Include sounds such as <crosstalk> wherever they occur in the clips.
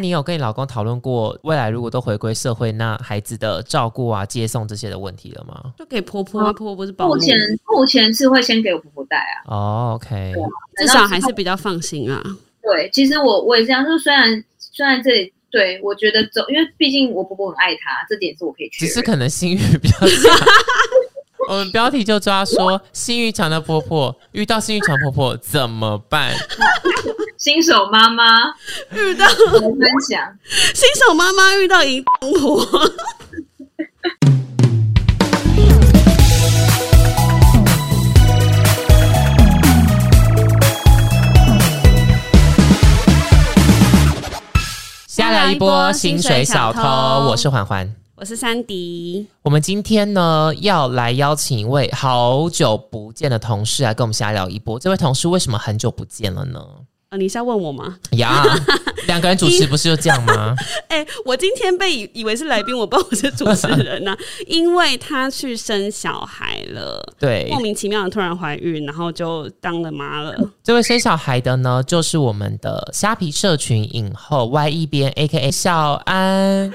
你有跟你老公讨论过未来如果都回归社会，那孩子的照顾啊、接送这些的问题了吗？就给婆婆，啊婆婆不是保姆目，前目前是会先给我婆婆带啊，哦，OK，对啊至少还是比较放心啊。对。其实我我也这样，就是虽然虽然这里对我觉得走，因为毕竟我婆婆很爱她，这点是我可以只确认。是可能性欲比较 <laughs> 强。我们标题就抓说性欲强的婆婆遇到性欲强婆婆怎么办？新手妈妈遇到我分享，新手妈妈遇到淫荡婆，瞎聊一波薪水小偷，我是环环。我是珊迪，我们今天呢要来邀请一位好久不见的同事来跟我们瞎聊一波。这位同事为什么很久不见了呢？呃，你是要问我吗？ <laughs> 呀，两个人主持不是就这样 <laughs> 吗？哎、我今天被以以为是来宾，我不知道我是主持 <laughs> 人呐、因为她去生小孩了，对莫，名其妙的突然怀孕，然后就当了 <laughs> 妈了。这位生小孩的呢，就是我们的虾皮社群影后 Y 一边 A K A 小安。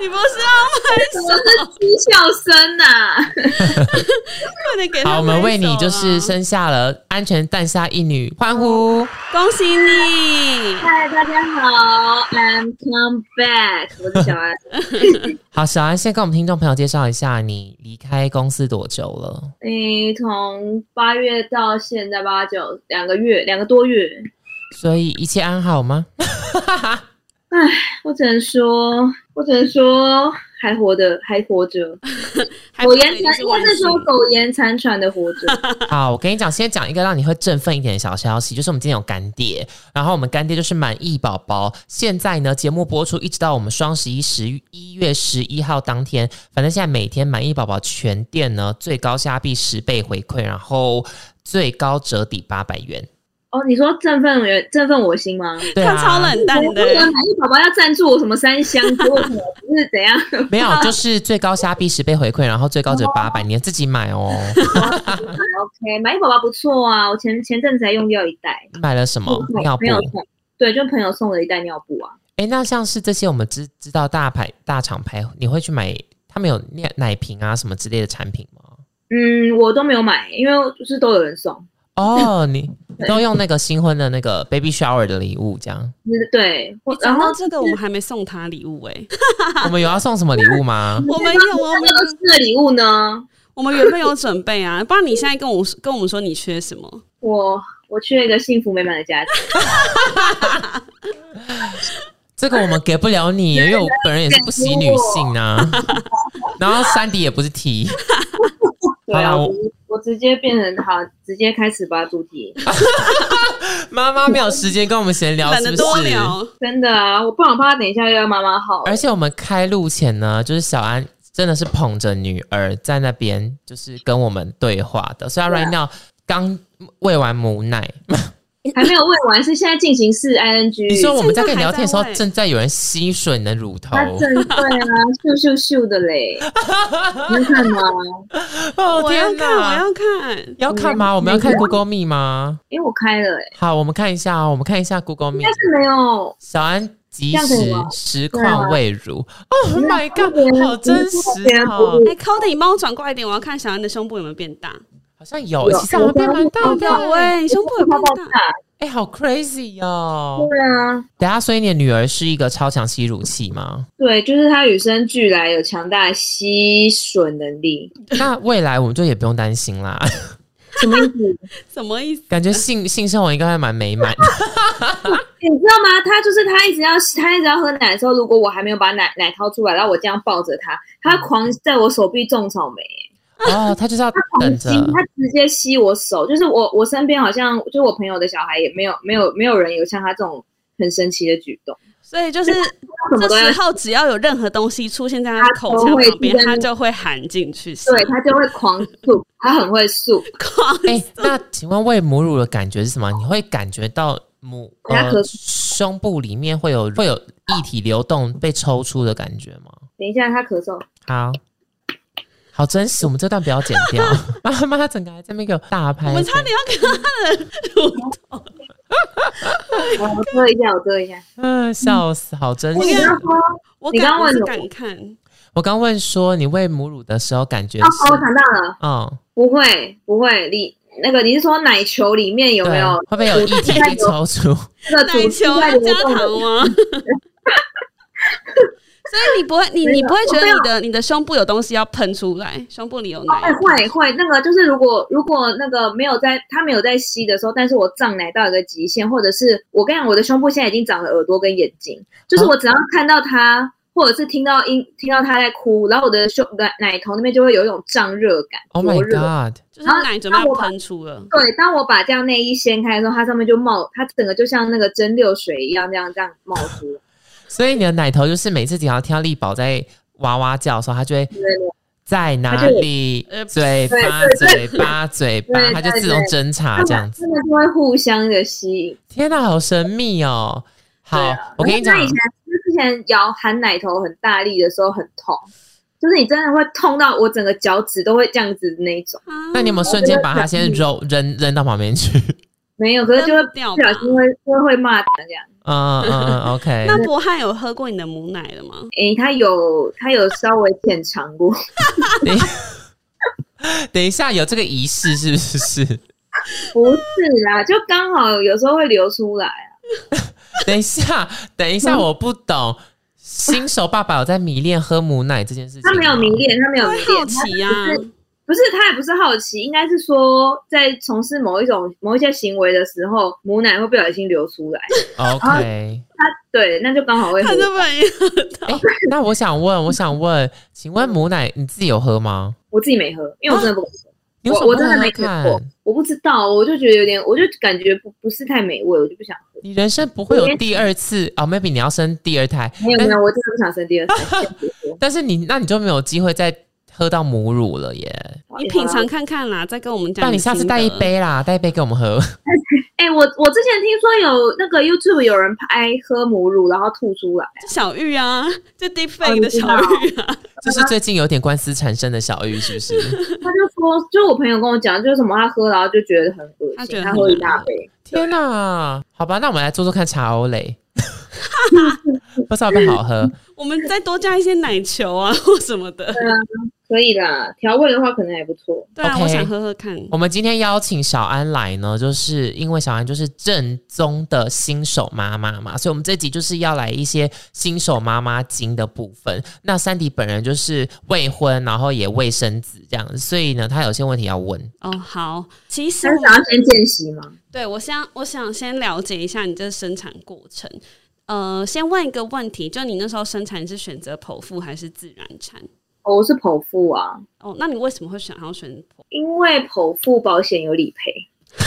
你不是要什么是讥笑声呐、啊？快点给她好，我们拍为你手就是啊生下了安全诞下一女，欢呼！恭喜你，嗨，大家好，I'm come back，我是小安。好，小安先跟我们听众朋友介绍一下，你离开公司多久了？诶，哎从八月到现在八九两个月，两个多月，所以一切安好吗？我只能说，我只能说还活着，还活着，还苟不延一定残，是应万该是幸说苟延残喘的活着。好，我跟你讲，先讲一个让你会振奋一点的小消息，就是我们今天有干爹，然后我们干爹就是满意宝宝。现在呢，节目播出一直到我们双十一十一月十一号当天，反正现在每天满意宝宝全店呢最高虾币十倍回馈，然后最高折抵八百元。哦，你说振奋人，振奋我心吗？对啊，他超冷淡的我以为满意宝宝要赞助我什么三箱，结果什么不是怎样？没有，就是最高虾币十倍回馈，然后最高折八百，你要自己买哦。 OK，满意宝宝不错啊，我前前阵子才用掉一袋买了什么哦尿布朋？友送，对，就朋友送了一袋尿布啊。哎，那像是这些我们知知道大牌大厂牌，你会去买他们有奶奶瓶啊什么之类的产 <laughs> 品吗？嗯，我都没有买，因为就是都有人送。哦，你你都用那个新婚的那个 baby shower 的礼物，这样就是对，你我讲然后到这个，我们还没送她礼物哎、我们有要送什么礼物吗？我们有我嗯们那这个礼物呢，我们原本有准备啊，不然你现在跟我说跟我们说你缺什么？我我缺一个幸福美满的家庭。这个我们给不了你，因为我本人也是不喜女性啊。 <laughs> 然后珊迪也不是 T，对啊，好啦我我直接变成好，直接开始吧，主题。妈妈没有时间跟我们闲聊，懒是得不多是？聊，真的啊，我不然我怕等一下又要妈妈号了。而且我们开录前呢，就是小安真的是捧着女儿在那边，就是跟我们对话的。虽然对啊 right now 刚喂完母奶，还没有问完，是现在进行式 ing。你说我们在跟你现在还聊天的时候在，喂正在有人吸吮你的乳头那，正对啊，咻咻咻的 <laughs> 嘞，你看嘛，哦我要天看，我哪！要看，要看吗？我们要看 Google Me 吗？因为我开了哎，好，我们看一下哦，我们看一下 Google 应 Me <laughs> 该。是没有，小安及这样可以时吗实况喂乳，Oh <laughs> my 别 god，人好真实别人不哦！是哎 c o d y 帮我转过来一点，我要看小安的胸部有没有变大。好像有，有其实好像变蛮啊大的有哎，哎、你胸部有泡变泡大，大，哎，好 crazy 哦！对啊，等下，所以你的女儿是一个超强吸乳器 <laughs> 吗？对，啊就是它与生俱来有强大的吸吮能力，那未来我们就也不用担心啦， <laughs> 什么意思？什么意思？感觉性性生活应该还蛮美满的。你知道吗？他就是他一直要他一直要喝奶的时候，如果我还没有把奶奶掏出来，然后我这样抱着他，他狂在我手臂种草莓，哦，她就是要狂等吸，着，他直接吸我手。就是我我身边好像就是我朋友的小孩也没有没有没有人有像他这种很神奇的举动，所以 <laughs> 就是什么都要这时候只要有任何东西出现在他的口腔旁边，他就会含进去吸，对他就会狂速，他很会速，狂哎、那请问喂母乳的感觉是什么？你会感觉到母人家呃咳胸部里面会有会有液体流动被抽出的感觉吗？等一下他咳嗽，好，好真实，我们这段不要剪掉。妈妈整个还在那个大 <laughs> 我拍手，们差点要跟他的乳头哦我遮一下，我遮一下。嗯，笑死，好真你实。刚刚说，哦，我你敢刚我问是什么敢看，我刚问说你喂母乳的时候感觉哦，我是，想到了，嗯，不会，不会，你那个你是说奶球里面有没对有，会不会有液体被抽 <laughs> 出？ <laughs> 这个奶球组织在要流加动糖的？吗？ <laughs> 所以你不会，你没有你不会觉我没得你的有你的胸部有东西要喷出来，胸部里有奶哎，，会会，那个就是如果如果那个没有在他没有在吸的时候，但是我胀奶到一个极限，或者是我跟你讲，我的胸部现在已经长了耳朵跟眼睛，啊就是我只要看到他，或者是听到音听到他在哭，然后我的胸奶奶头那边就会有一种胀热感 Oh 灼 my 热。 god！就是奶准备要喷出了。对，当我把这样内衣掀开的时候，它上面就冒，它整个就像那个蒸馏水一样，这样这样冒出 <laughs> 来。所以你的奶头就是每次只要听到力宝在哇哇叫的时候，它就会对对对在哪它就里呃？嘴巴，嘴巴，嘴巴，对它就对自动对侦查啊这样子。真的就会互相的吸引。天哪，好神秘哦！好，对我跟你啊那讲以，前之前摇含奶头很大力的时候很痛，就是你真的会痛到我整个脚趾都会这样子的那一种。啊那你有没有瞬间把它先 <laughs> 揉扔扔到旁边去？没有，可是就会那掉不吧小心会会会骂他这样。嗯嗯嗯，OK。 <laughs> 那博翰有喝过你的母奶了吗？诶、他有他有稍微浅尝过，等一等一下，有这个仪式是不 <laughs> 是？不是啦，就刚好有时候会流出来啊。等一下，等一下，我不懂。新手爸爸有在迷恋喝母奶这件事情吗？他没有迷恋，他没有我迷会恋，好奇啊呀、他只是不是，他也不是好奇，应该是说在从事某一种某一些行为的时候，母奶会不小心流出来。 OK。对，那就刚好会喝他。这反应哎、那我想问，我想问，请问母奶你自己有喝吗？我自己没喝，因为我真的不敢喝。你为什我么我不真的喝没吃过看？，我不知道，我就觉得有点，我就感觉不不是太美味，我就不想喝。你人生不会有第二次哦，maybe 你要生第二胎，没有但没有，我真的不想生第二胎。先不说但是你那你就没有机会再喝到母乳了耶。你品尝看看啦，再跟我们讲。那你下次带一，杯啦，带一杯给我们 <laughs> 喝。哎、我我之前听说有那个 YouTube 有人拍喝母乳然后吐出来，就小玉啊，就 deep 哦 fake 你的知小道玉啊，这是最近有点官司缠身的小玉，是不 <laughs> 是？他就说，就我朋友跟我讲，就是什么他喝然后就觉得很恶他觉心，得他很喝一难大喝杯。天哪、好吧，那我们来做做看茶欧蕾， <laughs> 不知道会不会好喝。 <laughs> 我们再多加一些奶球啊或什么 <laughs> 的。可以啦，调味的话可能还不错。对啊 OK 我想喝喝看。我们今天邀请小安来呢，就是因为小安就是正宗的新手妈妈嘛，所以我们这集就是要来一些新手妈妈经的部分。那珊迪本人就是未婚，然后也未生子这样，所以呢，她有些问题要问。哦，好，其实但我是想要先见习吗？对我想我想先了解一下你这生产过程。呃，先问一个问题，就你那时候生产是选择剖腹还是自然产？哦，我是剖腹啊，哦，那你为什么会想要选剖？因为剖腹保险有理赔。 <laughs>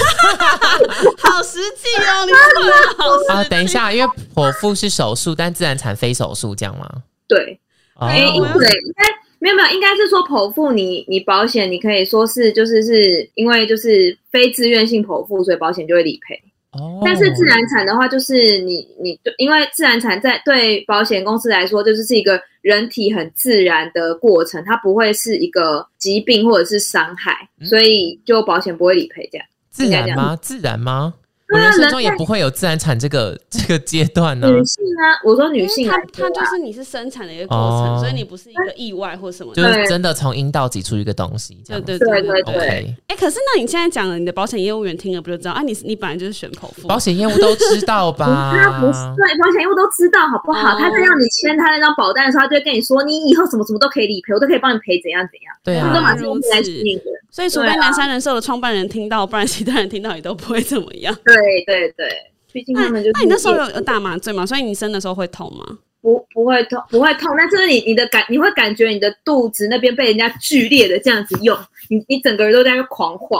好实际哦， <laughs> 你突然好实际啊，等一，下，因为剖腹是手术，但自然产非手术，这样吗？对，哦哎、我要对，应该没有没有，应该是说剖腹你你保险你可以说是就是是因为就是非自愿性剖腹，所以保险就会理赔。哦但是自然产的话，就是你你因为自然产在对保险公司来说，就是是一个人体很自然的过程，它不会是一个疾病或者是伤害，嗯所以就保险不会理赔这样。自然吗？自然吗？哦我对啊人生中人也在不会有自然产这个这个阶段呢、女性啊，我说女因性为来它说它就啊，是你是生产的一个过哦程，所以你不是一个意外或什么就的。是真的从阴道挤出一个东西，这对样对对对对 OK，哎，可是那你现在讲了，你的保险业务员听了不就知道啊？你你本来就是选剖腹，保险业务都知道不 <laughs> 吧？是啊，不是对保险业务都知道好不好？哦他在让你签他那张保单的时候，他就会跟你说，你以后什么什么都可以理赔，我都可以帮你赔怎样怎样，对这都啊马，上用来吸引人。所以除非南山人寿的创办人听到，不然其他人听到也都不会怎么样。对对对，毕竟他们就是那你那时候有有打麻醉吗？所以你生的时候会痛吗？不不会痛，不会痛，但是你你的感你会感觉你的肚子那边被人家剧烈的这样子用，你你整个人都在那狂晃，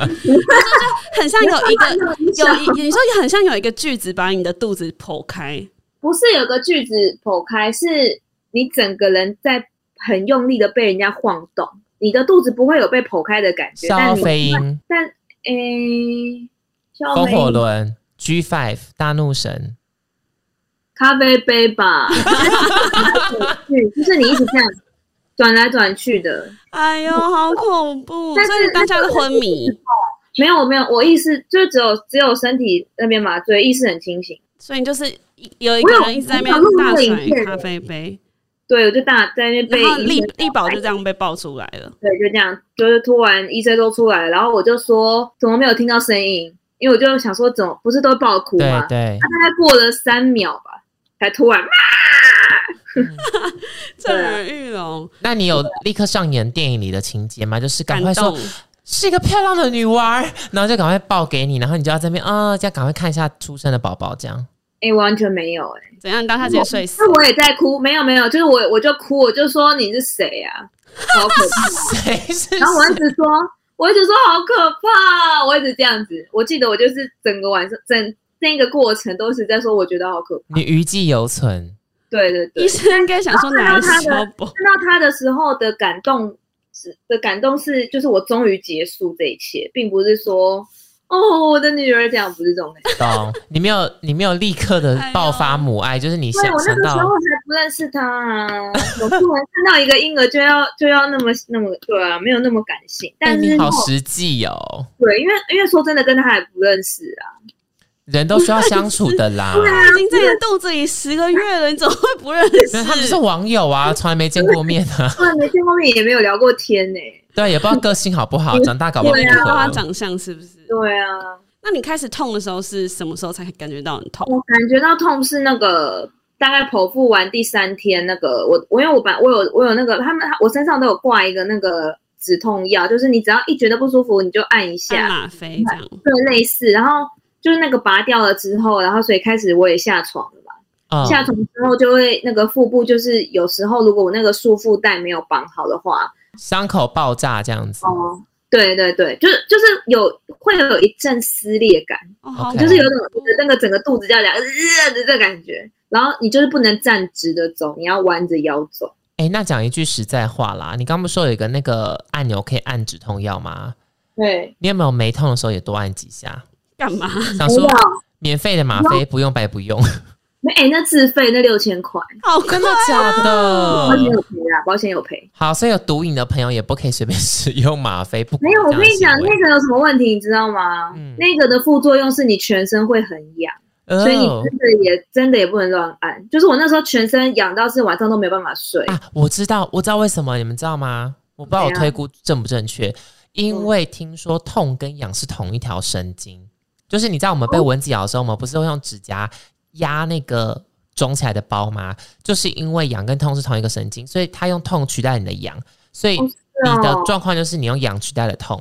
很像有一个啊那很小有一，你说也很像有一个锯子把你的肚子剖开，不是有个句子剖开，是你整个人在很用力的被人家晃动，你的肚子不会有被剖开的感觉，但消你费因、但诶，消风费火轮、G Five、大怒神，咖啡杯吧， <laughs> 对，就是你一直这样转来转去的，哎呦，好恐怖！但是所以你当下是昏迷，没有没有，我意识就只有只有身体那边麻醉，意识很清醒。所以你就是一有一个人一直在那边大甩咖啡杯，对，我就大在那边被然后力医生力宝就这样被爆出来了。对，就这样，就是突然医生都出来了，然后我就说怎么没有听到声音？因为我就想说怎么不是都会爆哭对吗？对，大概过了三秒吧，才突然啊震耳欲聋，那你有立刻上演电影里的情节吗？就是赶感快说动。是一个漂亮的女娃儿，然后就赶快报给你，然后你就要在那边啊、这样赶快看一下出生的宝宝，这样 <laughs> 哎、完全没有哎、怎样？你当他直接睡死那？我也在哭，没有没有，就是我我就哭，我就说你是谁啊？好可 <laughs> 怕！谁是然后我一直说，我一直说好可怕，我一直这样子。我记得我就是整个晚上整那个过程都是在说，我觉得好可怕。你余悸犹存，对对对医，生应该想说哪是小宝？看到他的时候的感动是的感动是，就是我终于结束这一切，并不是说哦我的女儿这样，不是这种感觉。懂？ <laughs> 你没有你没有立刻的哎呦爆发母爱，就是你因为想我那想个时候到还不认识他啊，我突然看到一个婴儿就要就要那么那么对啊，没有那么感性，哎，但是、你好实际哦，对，因为因为说真的，跟他还不认识啊，人都需要相处的 <laughs> 啦，他已经在你的肚子里十个月了，你怎么会不认因为他们识是？网友啊，从来没见过面 <laughs> 啊，对，没见过面也没有聊过天呢、对，啊也不知道个性好不啊好，长大搞不好你不看到啊他合。长相是不是？对啊，那你开始痛的时候是什么时候才感觉到很痛？我感觉到痛是那个大概剖腹完第三天，那个我我因为我把我有我有那个他们他我身上都有挂一个那个止痛药，就是你只要一觉得不舒服你就按一像下，吗啡这样，对，类似，然后就是那个拔掉了之后，然后所以开始我也下床了嘛。嗯下床之后就会那个腹部，就是有时候如果我那个束缚带没有绑好的话，伤口爆炸这样子，哦，对对对，就是就是有会有一阵撕裂感，哦，好 OK 就是有种那个整个肚子叫两个呃的这感觉，然后你就是不能站直的走，你要弯着腰走。哎、那讲一句实在话啦，你刚不是说有一个那个按钮可以按止痛药吗？对，你有没有没痛的时候也多按几 <laughs> 下？干嘛？ <laughs> 想没说有，免费的吗啡不用白不 <laughs> 用，没哎，那自费那六千块，好快真的假 <laughs> 保险的？有赔啊，保险有赔。好，所以有毒瘾的朋友也不可以随便使用吗啡，不没有，我管跟你这样讲，的那个有什么问题，你知道吗？嗯那个的副作用是你全身会很痒。行所以为你哦真的也真的也不能乱按。就是我那时候全身痒到是晚上都没办法睡，啊，我知道，我知道为什么，你们知道吗？我不知道我怎样推估正不正确，因为听说痛跟痒是同一条神经，就是你知道我们被蚊子咬的时候，我们不是会用指甲压那个肿起来的包吗？就是因为痒跟痛是同一个神经，所以它用痛取代你的痒，所以哦你的哦状况就是你用痒取代了痛。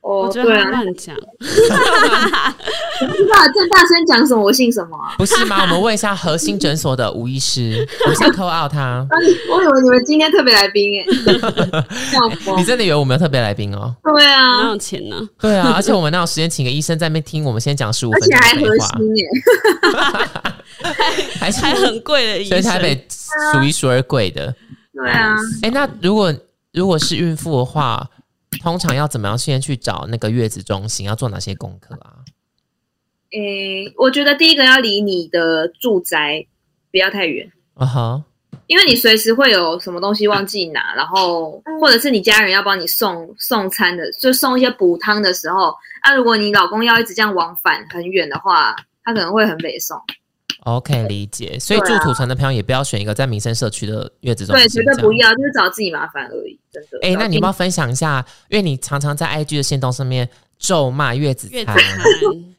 哦我，觉对得他啊，乱讲，不知道郑大声讲什么，我信什么啊？不是 <laughs> 吗？我们问一下核心诊所的吴医师，我们先 call out 他。啊你我以 <laughs> 为你们今天特别来宾 <laughs> 哎，笑疯你！真的以为我们有特别来宾哦？对哪啊，有钱呢？对啊，而且我们哪有时间请个医生在那边听我们先讲十五而分且钟还的核废话？心哎，啊还是还很贵的医全生，台北数一数二贵的。对啊，哎、那如果如果是孕妇的话，通常要怎么样先去找那个月子中心？要做哪些功课啊？诶，我觉得第一个要离你的住宅不要太远。啊哈，因为你随时会有什么东西忘记拿，然后嗯或者是你家人要帮你送送餐的，就送一些补汤的时候，那、如果你老公要一直这样往返很远的话，他可能会很北送， OK，理解。所以对住啊土城的朋友也不要选一个在民生社区的月子中对，心，绝对不这样。要，就是找自己麻烦而已，真的。哎、那你要不们要分享一下？因为你常常在 IG 的线动上面咒骂月子月子餐，餐， <laughs>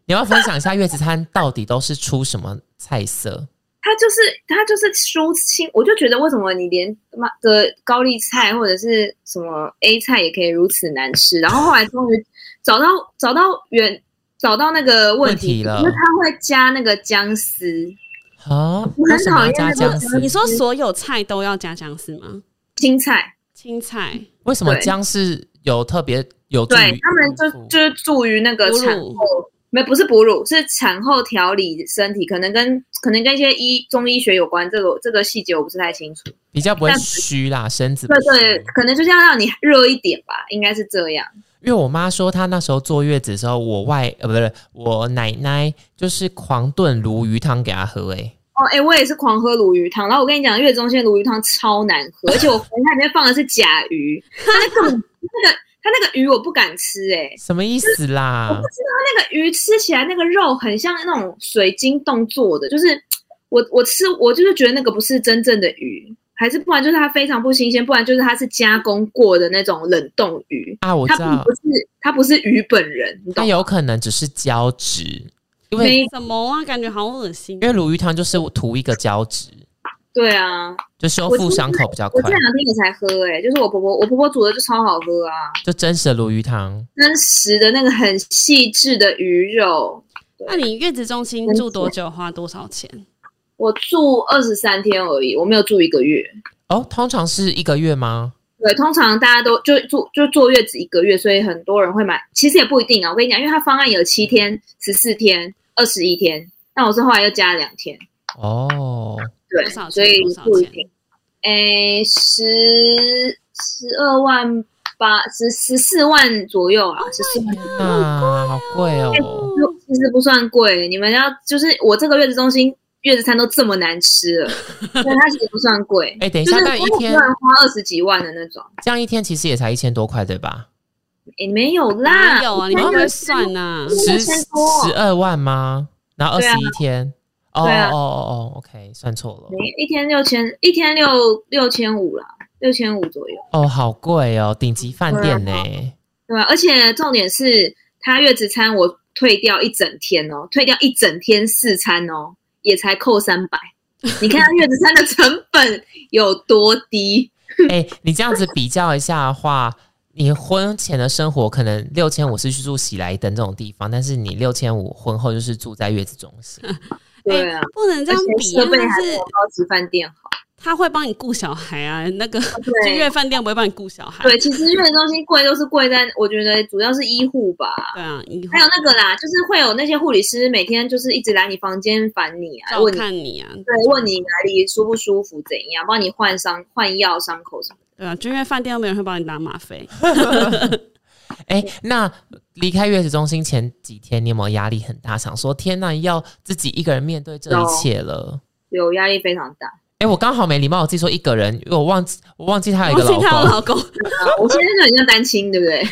你要不要分享一下月子餐到底都是出什么菜色？他就是他就是蔬青，我就觉得为什么你连妈的高丽菜或者是什么 A 菜也可以如此难吃，然后后来终于找到找到原找到那个问问题题了就是他会加那个姜丝。啊，我为很什么讨要厌加那姜个丝你？说所有菜都要加姜丝吗？青菜，青菜、为什么对姜是有特别有助对于他们就孕妇就是助于那个哺乳产后，没不是哺乳，是产后调理身体，可能跟可能跟一些医中医学有关，这个这个细节我不是太清楚。比较不会但虚啦，身子不对虚对，可能就是要让你热一点吧，应该是这样。因为我妈说她那时候坐月子的时候，我外呃不是我奶奶就是狂炖鲈鱼汤给她喝、欸，哦，哎、我也是狂喝鲈鱼汤，然后我跟你讲，月中线鲈鱼汤超难喝，而且我怀疑它里面放的是甲鱼，它那个那个它那个鱼我不敢吃、欸，哎，什么意思啦？ <laughs> 我不知道那个鱼吃起来那个肉很像那种水晶冻做的，就是我我吃我就是觉得那个不是真正的鱼，还是不然就是它非常不新鲜，不然就是它是加工过的那种冷冻鱼，啊，我它知道并不，是它不是鱼本人，你它懂？有可能只是胶质，因为没什么啊？感觉好恶心因。为鲈鱼汤就是涂一个胶质，对啊，就修复伤口比较我快这，两天也才喝、欸，哎，就是我婆婆我婆婆煮的就超好喝啊，就真实的鲈鱼汤。真实的那个很细致的鱼肉，那你月子中心住多久，花多少钱？我住二十三天而已，我没有住一个月。哦，通常是一个月吗？对，通常大家都就坐就坐月子一个月，所以很多人会买。其实也不一定啊，我跟你讲，因为它方案有七天、十四天、二十一天，但我是后来又加了两天，哦，对多少，钱所以多少不一钱定。诶，十十二万八，十十四万左右啊，十四万。啊，好贵哎哦！其实不算贵，你们要就是我这个月子中心月子餐都这么难吃了，所以它其实不算 <laughs> 贵，哎、等一就下，是那一我天不能花二十几万的那种，这样一天其实也才一千多块，对吧？也没有啦，没有啊，你看们就会是算啊呐、嗯十1000多十二万吗？然后二对十啊一天？哦哦对啊哦哦，OK，算错了。没一天六千，一天六六千五啦，六千五左右，哦，好贵哦，顶级饭店呢、对吧、啊而且重点是，他月子餐我退掉一整天哦，退掉一整天四餐哦，也才扣三百。你看他月子餐的成本有多 <laughs> 低？ <laughs> 哎、你这样子比较一下的话，你婚前的生活可能六千五是去住喜来登这种地方，但是你六千五婚后就是住在月子中 <laughs> 心。对啊，哎不能这样而且比，设备还但没是有高级饭店好。他会帮你顾小孩啊，那个君对悦饭店不会帮你顾小孩。对，其实月子中心贵都是贵在，我觉得主要是医护吧。对啊，以后还有那个啦，就是会有那些护理师每天就是一直来你房间烦你啊，照问你看你啊，对，问你哪里舒不舒服，怎样，帮你换伤、换药、伤口什么的。对啊，君悦饭店都没有人会帮你打吗啡。哎、那离开月子中心前几天，你有没有压力很大？想说天呐，要自己一个人面对这一有切了。有压力非常大。哎、我刚好没礼貌，我自己说一个人，因为我忘记我忘记他有一个忘老记她有公，老公，啊我现在就很像单亲，对不对？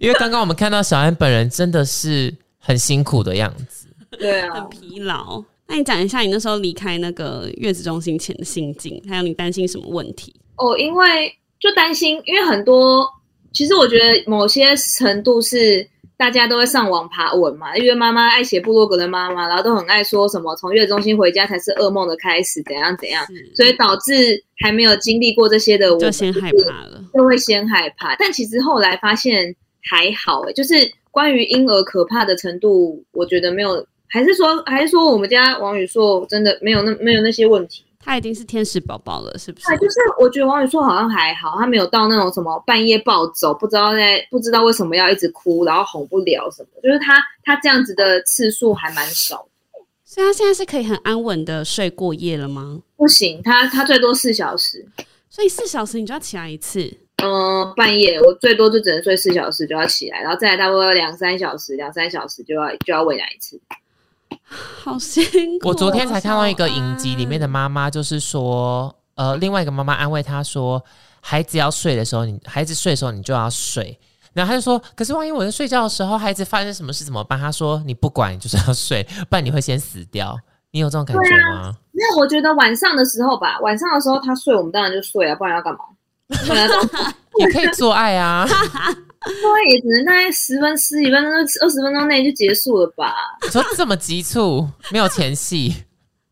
因为刚刚我们看到小安本人真的是很辛苦的样 <laughs> 子。对啊很，疲劳。那你讲一下你那时候离开那个月子中心前的心境，还有你担心什么问题？哦，因为就担心，因为很多，其实我觉得某些程度是大家都会上网爬文嘛，因为妈妈爱写部落格的妈妈，然后都很爱说什么从月中心回家才是噩梦的开始，怎样怎样，是所以导致还没有经历过这些的我们，就先害怕了。就会先害怕。但其实后来发现还好、欸，就是关于婴儿可怕的程度，我觉得没有，还是说还是说我们家王宇硕真的没有那没有那些问题。他已经是天使宝宝了，是不是？对，啊就是我觉得王宇硕好像还好，他没有到那种什么半夜暴走，不知道在不知道为什么要一直哭，然后哄不了什么，就是他他这样子的次数还蛮少的。所以他现在是可以很安稳的睡过夜了吗？不行，他他最多四小时，所以四小时你就要起来一次，嗯、半夜我最多就只能睡四小时就要起来，然后再来大概两三小时，两三小时就要就要喂奶一次。好辛苦哦。我昨天才看到一个影集，里面的小妈妈就是说，呃，另外一个妈妈安慰她说，孩子要睡的时候，你孩子睡的时候你就要睡。然后她就说，可是万一我在睡觉的时候，孩子发生什么事怎么办？她说，你不管，你就是要睡，不然你会先死掉。你有这种感觉吗？没有，我觉得晚上的时候吧，晚上的时候他睡，我们当然就睡啊，不然要干嘛？对啊，也可以做爱啊，对，也只能大概十分、十几分钟、二十分钟内就结束了吧。你说这么急促，没有前戏，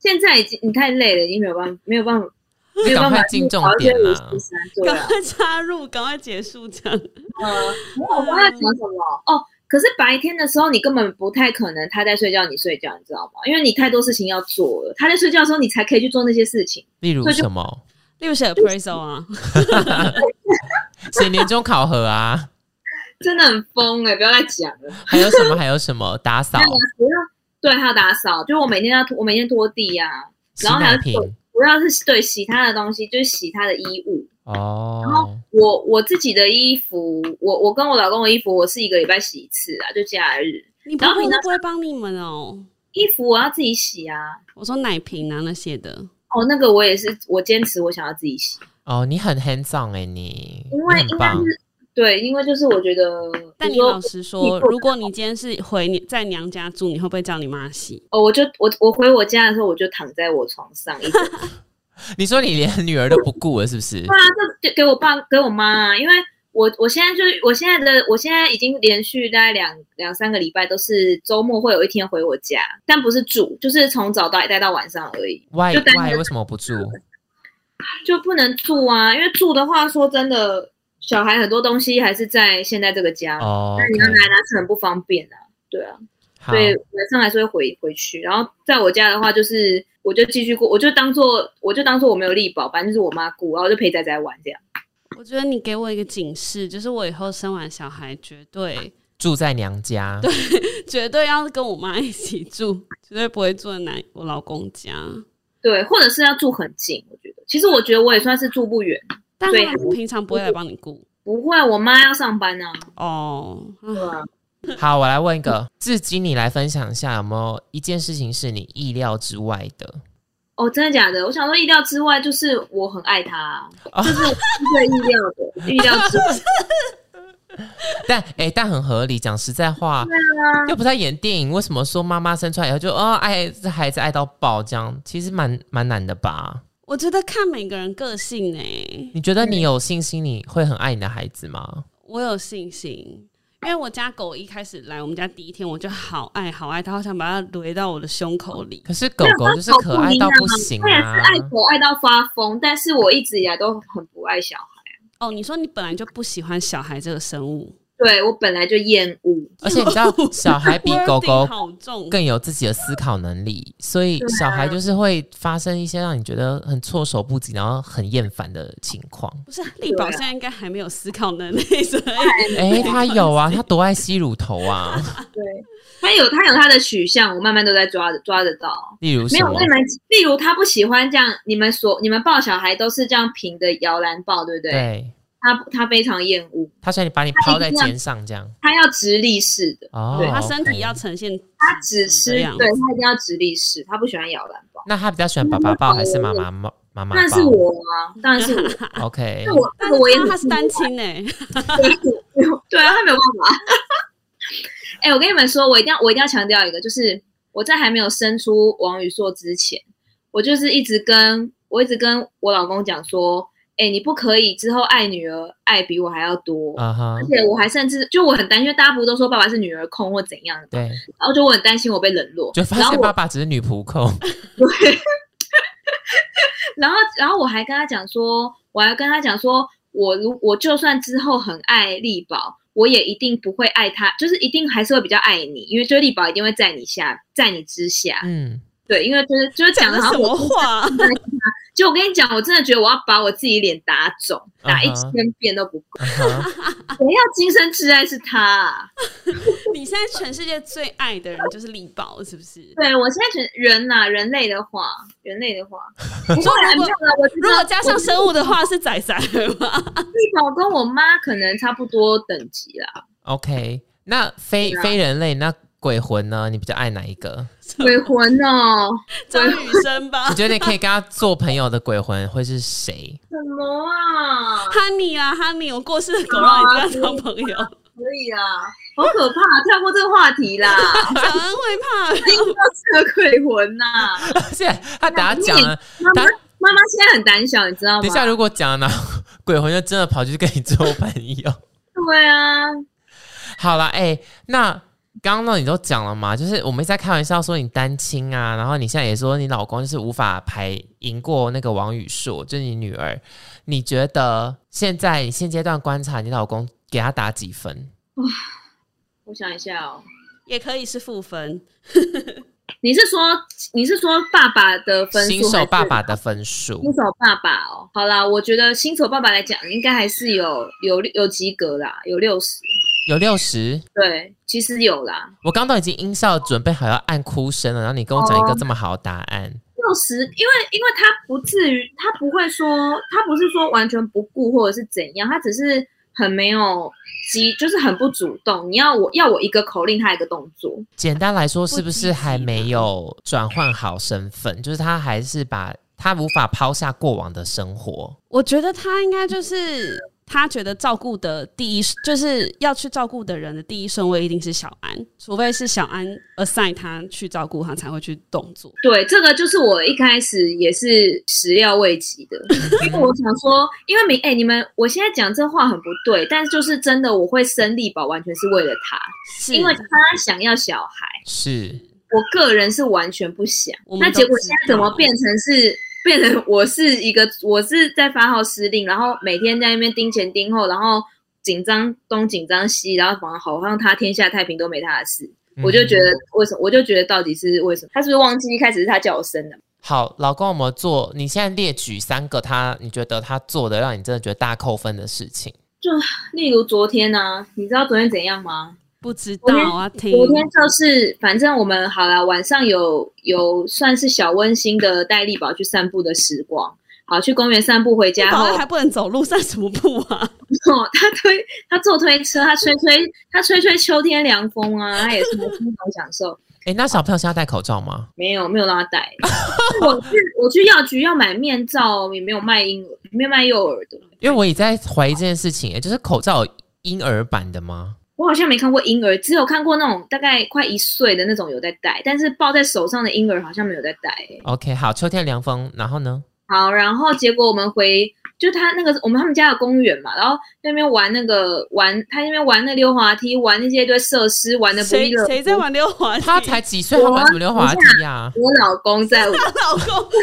现在已经你太累了，已经没有办法，没有办法，没就有赶办快法进重点啦。 <laughs> 对赶 <laughs> 啊，快插入，赶快结束这样。嗯，我刚才讲什么？哦，可是白天的时候你根本不太可能他在睡觉，你睡觉，你知道吗？因为你太多事情要做了。他在睡觉的时候，你才可以去做那些事情。例如所以就什么？例如写 appraisal <laughs> 啊，写年终考核啊，真的很疯哎、不要再讲了。还有什么？还有什么？打扫 <laughs> 还、有不要对，还有打扫，就是我每天要拖我每天拖地呀、洗然后还奶有瓶主要是对洗他的东西，就是洗他的衣物。哦。我我自己的衣服，我我跟我老公的衣服，我是一个礼拜洗一次啊，就假日。你婆婆然后平都常不会帮你们哦。衣服我要自己洗啊，我说奶瓶啊那些的，哦，那个我也是，我坚持我想要自己洗。哦，你很 hands on 哎、你因为你应很该棒，是对，因为就是我觉得，但比你如说老实说，如果你今天是回你在娘家住，你会不会叫你妈洗？哦，我就我我回我家的时候，我就躺在我床 <laughs> 上一直你说你连女儿都不顾了，是不是？对啊，这就给我爸给我妈、啊，因为我我现在就是我现在的我现在已经连续大概两两三个礼拜都是周末会有一天回我家，但不是住，就是从早到待到晚上而已，外就担外心为什么不住？就不能住啊，因为住的话，说真的，小孩很多东西还是在现在这个家，那、哦你要拿 OK，来拿去很不方便啊，对啊，好所，以晚上还是会回回去，然后在我家的话就是。我就继续过，我就当做我就当做我没有力保，反正就是我妈顾，然后就陪仔仔玩这样。我觉得你给我一个警示，就是我以后生完小孩，绝 <laughs> 对住在娘家，绝对要跟我妈一起住，绝对不会住在男我老公家。对，或者是要住很近。我觉得，其实我觉得我也算是住不远，但对他们平常不会来帮你顾不会，啊我妈要上班啊。哦。嗯啊对啊，好，我来问一个，至今你来分享一下，有没有一件事情是你意料之外的？哦，真的假的？我想说意料之外，就是我很爱她啊，哦这是最意料的，意料之外但哎、但很合理。讲实在话，啊。又不在演电影，为什么说妈妈生出来以后就哦爱这孩子爱到爆这样？其实蛮蛮难的吧？我觉得看每个人个性呢、欸你觉得你有信心你会很爱你的孩子吗？我有信心，因为我家狗一开始来我们家第一天，我就好爱好爱它，好想把它怼到我的胸口里。可是狗狗 <laughs> 就是哦可爱到不行啊我也是啊！爱狗爱到发疯，但是我一直以来都很不爱小孩。哦，你说你本来就不喜欢小孩这个生物，对我本来就厌恶，而且你 <laughs> 知道，小孩比狗 Wording 狗啊好重，更有自己的思考能力，所以对啊小孩就是会发生一些让你觉得很措手不及，然后很厌烦的情况。不是力宝对啊现在应该还没有思考能力，所以哎、他有啊，他多爱吸乳头啊， <laughs> 对他有他有他的取向，我慢慢都在抓抓得到。例如没什有，么我跟？你们，例如他不喜欢这样，你们所你们抱小孩都是这样平的摇篮抱，对不对？对，他他非常厌恶，他想你把你抛在肩上这样。他要直立式的，哦，对他身 OK 体要呈现他只吃，这对嗯样他一定要直立式，他不喜欢摇篮抱。那他比较喜欢爸爸抱还是妈妈抱？妈妈抱但是我啊，当然是我， <laughs> OK 那。我 <laughs> 但那我也是很他是单亲哎、 <laughs> 对啊，他没有办法。哎、我跟你们说，我一定要我一定要强调一个，就是我在还没有生出王宇硕之前，我就是一直跟我一直跟我老公讲说，哎、你不可以之后爱女儿爱比我还要多。啊哈而，且我还甚至就我很担心，因为大家不都说爸爸是女儿控或怎样的嘛，对，然后就我很担心我被冷落，就发然后现我爸爸只是女仆控。然后，然后我还跟他讲说，我还跟他讲说，我如我就算之后很爱力宝，我也一定不会爱他，就是一定还是会比较爱你，因为就是力宝一定会在你下，在你之下。嗯，对，因为就是就是讲讲的的好什像么我，话？就我跟你讲，我真的觉得我要把我自己脸打肿，打一嗯哼千遍都不够。啊哈，谁要今生挚爱是他、啊？你现在全世界最爱的人就是力宝，是不是？对我现在觉得人呐、人类的话，人 <laughs> 类的话，不说会啊，如果没有了。我觉如果得加上生物的话，是仔仔吗？力宝跟我妈可能差不多等级啦。 <laughs> OK，那非对啊非人类那鬼魂呢？你比较爱哪一个？鬼魂哦，张雨生吧你，觉得你可以跟他做朋友的鬼魂会是谁？什么啊？哈尼啊，哈尼，我过世的狗让你跟他当朋友， <laughs> 可以 <laughs> 啊，哦好可怕！跳过这个话题 <laughs> 啦，小恩会 <laughs> 怕。要吃鬼魂呐、而且他等下讲了，妈妈他，妈妈现在很胆小，你知道等一下吗？如果讲了，然后鬼魂就真的跑去跟你做朋友。对啊，好了，哎、那刚刚呢你都讲了嘛，就是我们一直在开玩笑说你单亲啊，然后你现在也说你老公就是无法排赢过那个王宇硕，就是你女儿。你觉得现在现阶段观察你老公给他打几分？我想一下哦，也可以是负分，你是说你是说爸爸的分数，新手爸，爸的分数新，手爸爸哦。好啦，我觉得新手爸爸来讲，应该还是有有有及格啦，有六十，有六十。对，其实有啦，我刚刚都已经音效准备好要按哭声了，然后你跟我讲一个这么好的答案，六十，因为因为他不至于，他不会说，他不是说完全不顾或者是怎样，他只是很没有激，就是很不主动。你要我要我一个口令，他一个动作，简单来说是不是还没有转换好身份？就是他还是把她无法抛下过往的生活。我觉得他应该就是他觉得照顾的第一，就是要去照顾的人的第一顺位一定是小安，除非是小安 assign 他去照顾他才会去动作。对，这个就是我一开始也是始料未及的，嗯因为 <laughs> 我想说，因为明哎、你们我现在讲这话很不对，但就是真的，我会生力宝完全是为了他，是因为他想要小孩，是，我个人是完全不想我。们那都结果现在知道怎么变成是？变成我是一个，我是在发号施令，然后每天在那边盯前盯后，然后紧张东紧张西，然后好像好像他天下太平都没他的事，我就觉嗯得为什么？我就觉得到底是为什么？他是不是忘记一开始是他叫我生的？好，老公，我们做你现在列举三个他，你觉得他做的让你真的觉得大扣分的事情。例如昨天呢、啊，你知道昨天怎样吗？不知昨道天啊，听昨天就是，反正我们好了，晚上有有算是小温馨的带力宝去散步的时光。好，去公园散步回家保后，安还不能走路，散什么步啊？ <laughs> 哦，他推他坐推车，他吹吹他吹吹秋天凉风啊，他也是非常享受。诶，那小朋友现在戴口罩吗？没有没有让他带，我去我去药局要买面罩，也没有卖婴儿，没有卖幼儿的。因为我也在怀疑这件事情、诶，就是口罩有婴儿版的吗？我好像没看过婴儿，只有看过那种大概快一岁的那种有在带，但是抱在手上的婴儿好像没有在带、欸 OK，好，秋天凉风，然后呢？好，然后结果我们回，就他那个我们他们家的公园嘛，然后那边玩那个玩，他那边玩那溜滑梯，玩那些一堆设施，玩的不亦谁乐乎谁在？玩溜滑梯？他才几岁，他玩什么溜滑梯啊呀、我啊老公在，她老公，不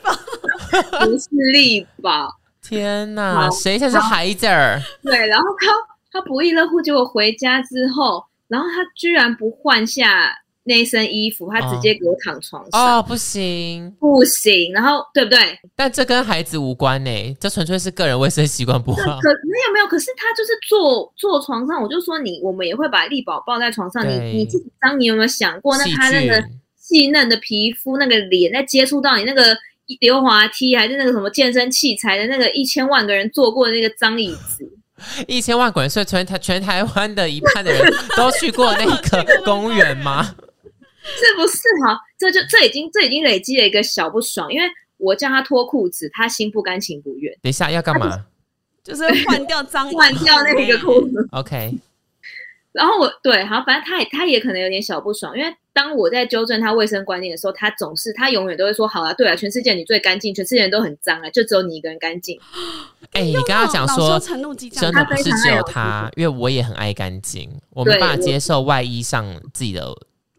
是不是力宝，不是力宝，天哪，好谁才是孩子儿？对，然后他他不亦乐乎，结果回家之后，然后他居然不换下那身衣服，他直接给我躺床上，哦，不行，不行，然后对不对？但这跟孩子无关呢、这纯粹是个人卫生习惯不 <laughs> 好。可没有没有，可是他就是坐坐床上，我就说你，我们也会把力宝抱在床上，对你你自己脏，你有没有想过，那细他那个菌细嫩的皮肤，那个脸，在接触到你那个溜滑梯还是那个什么健身器材的那个一千万个人坐过的那个脏椅子，一千万个人，所以全台全台湾的一半的人都去过那个公园 <laughs> 吗？是不是哈？这就这已经这已经累积了一个小不爽，因为我叫他脱裤子，他心不甘情不愿，等一下要干 <laughs> 嘛就是换掉脏衣 <laughs> 换掉那个裤 <laughs> 子。 ？OK，然后我对，好，反正他也他也可能有点小不爽，因为当我在纠正他卫生观念的时候，他总是他永远都会说：“好啊，对啊，全世界你最干净，全世界人都很脏啊，就只有你一个人干净。哎、你刚刚讲老说羞成怒即真将的大不是只有他，因为我也很爱干净，我没对办法我接受外衣 <laughs> 上自己的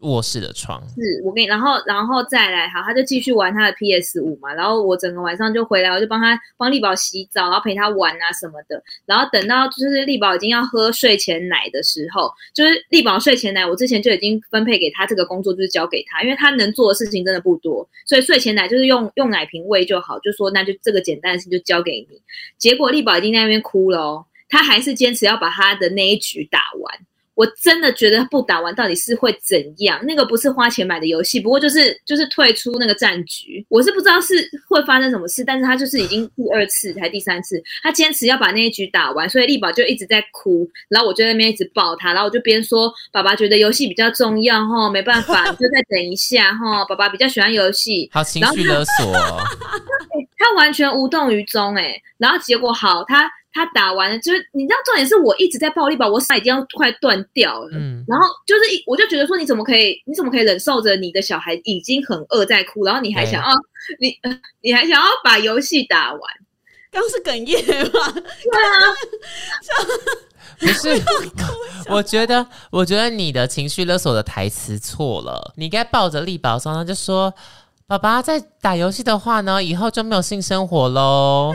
卧室的床。是”我跟你，然后然后再来，好，他就继续玩他的 PS 五嘛，然后我整个晚上就回来，我就帮他帮力宝洗澡，然后陪他玩啊什么的，然后等到就是力宝已经要喝睡前奶的时候，就是力宝睡前奶，我之前就已经分配给他这个工作，就是交给他，因为他能做的事情真的不多，所以睡前奶就是用用奶瓶喂就好，就说那就这个简单的事情就交给你。结果力宝已经在那边哭了哦，他还是坚持要把他的那一局打完。我真的觉得不打完到底是会怎样？那个不是花钱买的游戏，不过就是就是退出那个战局。我是不知道是会发生什么事，但是他就是已经第二次才第三次，他坚持要把那一局打完，所以力宝就一直在哭，然后我就在那边一直抱他，然后我就边说爸爸觉得游戏比较重要哈，没办法，你就再等一下哈，爸爸比较喜欢游戏，好，情绪勒索哦、他完全无动于衷哎、然后结果好，他他打完了，就是你知道重点是我一直在暴力吧，我手已经要快断掉了，嗯，然后就是一我就觉得说你怎么可以你怎么可以忍受着你的小孩已经很饿在哭，然后你还对想要你呃你还想要把游戏打完，啊刚是哽咽吧？不是， <laughs> 我觉得，我觉得你的情绪勒索的台词错了，你应该抱着力宝上，他就说：“爸爸在打游戏的话呢，以后就没有性生活喽。”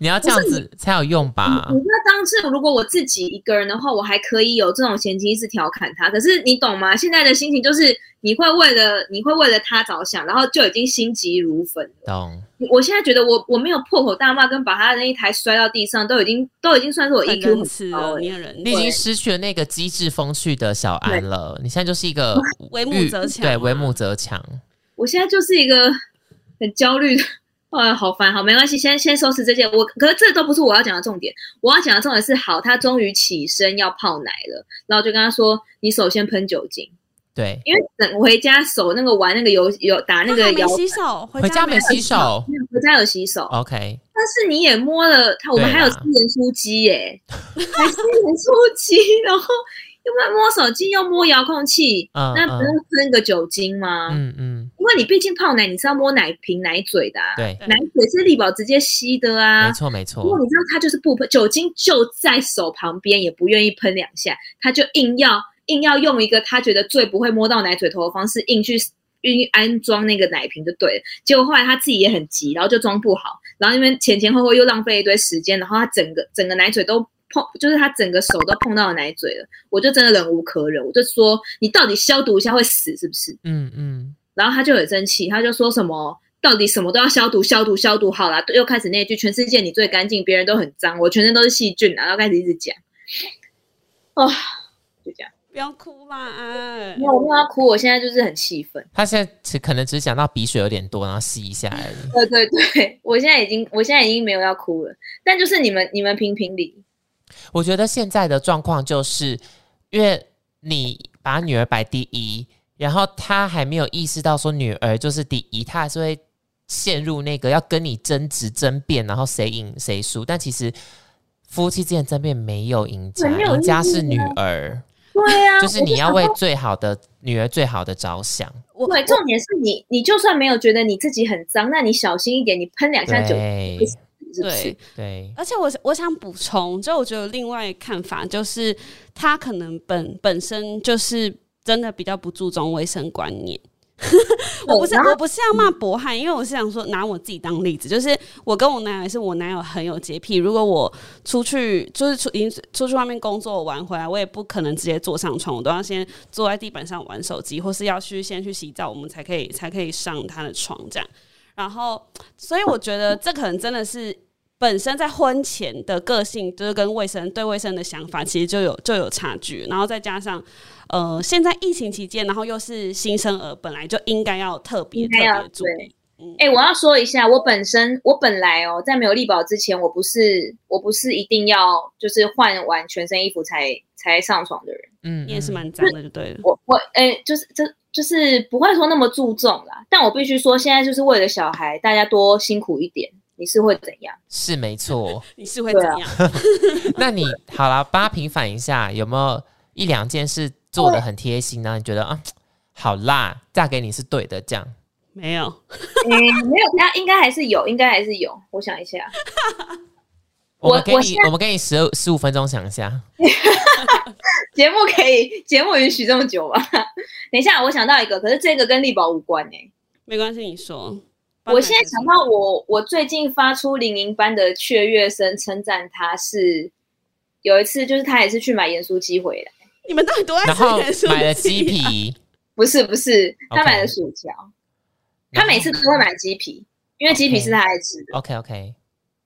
你要这样子才有用吧你？知道当时如果我自己一个人的话，我还可以有这种闲情逸致调侃他，可是你懂吗？现在的心情就是你会为了你会为了他着想，然后就已经心急如焚了。懂？我现在觉得我我没有破口大骂，跟把他的那一台摔到地上，都已经都已经算是我很 EQ 仁慈很了，高欸了。你很仁你已慈，经失去了那个机智风趣的小安了，你现在就是一个为母欲则强对，啊为母则强。我现在就是一个很焦虑的，呃，好烦，好没关系，先先收拾这些。我可是这都不是我要讲的重点，我要讲的重点是，好，他终于起身要泡奶了，然后我就跟他说，你首先喷酒精。对，因为等回家手那个玩那个游游打那他个还没摇，洗啊手，回家家没洗手没有回家有洗手， ，OK，但是你也摸了它，我们啊对还有啦私人书 <laughs> 机耶、还私人书机，然后又不摸手机，又摸遥控器，嗯那不嗯用喷个酒精吗？嗯嗯，因为你毕竟泡奶，你是要摸奶瓶奶嘴的、啊，对，对奶嘴是力宝直接吸的啊没。错没如果错，你知道他就是不喷，酒精就在手旁边，也不愿意喷两下，他就硬要硬要用一个他觉得最不会摸到奶嘴头的方式，硬去硬去安装那个奶瓶就对了。结果后来他自己也很急，然后就装不好，然后因为前前后后又浪费一堆时间，然后他整个整个奶嘴都。碰就是他整个手都碰到了奶嘴了，我就真的忍无可忍，我就说你到底消毒一下会死是不是？嗯嗯，然后他就很生气，他就说什么到底什么都要消毒消毒消毒，好啦，又开始那一句全世界你最干净，别人都很脏，我全身都是细菌啊，然后开始一直讲，哦，就这样，不要哭啦，哎安没有我没有要哭，我现在就是很气愤，他现在只可能只讲到鼻水有点多，然后吸一下而已。对对对，我现在已经我现在已经没有要哭了，但就是你们你们评评理，我觉得现在的状况就是，因为你把女儿摆第一，然后他还没有意识到说女儿就是第一，他还是会陷入那个要跟你争执、争辩，然后谁赢谁输。但其实夫妻之间的争辩没有赢家，对没有赢家是意义女啊儿，对啊，就是你要为最好的女儿最好的着想。我对，重点是你你就算没有觉得你自己很脏，那你小心一点，你喷两下酒对是不是对？，对，而且我我想补充，就我觉得有另外一个看法就是，他可能本本身就是真的比较不注重卫生观念。 <laughs> 我不是哦然后我不是要骂博汉，因为我是想说拿我自己当例子，就是我跟我男友也是，我男友很有洁癖。如果我出去就是出已经出去外面工作玩回来，我也不可能直接坐上床，我都要先坐在地板上玩手机，或是要去先去洗澡，我们才可以才可以上他的床这样。然后，所以我觉得这可能真的是本身在婚前的个性，就是跟卫生对卫生的想法，其实就有就有差距。然后再加上，呃，现在疫情期间，然后又是新生儿，本来就应该要特别应特该要别注意。哎、我要说一下，我本身我本来哦，在没有力宝之前，我不是我不是一定要就是换完全身衣服才才上床的人，嗯，你也是嗯蛮脏的，就对了。啊我我哎、就是这就是不会说那么注重啦。但我必须说，现在就是为了小孩，大家多辛苦一点，你是会怎样？ <laughs> 嗯是没错。你是会怎对啊样？ <laughs> 那你好了，帮他平反一下，有没有一两件事做的很贴心呢？你觉得啊，好啦，嫁给你是对的，这样没有，哎、没有，那应该还是有，应该还是有。我想一下，我我们给我你，我们给你十十五分钟想一下。节目可以，节目允许这么久吧？ <laughs> 等一下，我想到一个，可是这个跟力宝无关哎、没关系，你说。我现在想到我，我最近发出林营班的雀跃声，称赞他是有一次，就是他也是去买盐酥鸡回来，你们到底多爱然吃后盐酥买了鸡 <laughs> 啊，皮，不是不是，他 OK 嗯买了薯条他每次都会买鸡皮，因为鸡皮 OK 是他爱吃的。 OK OK，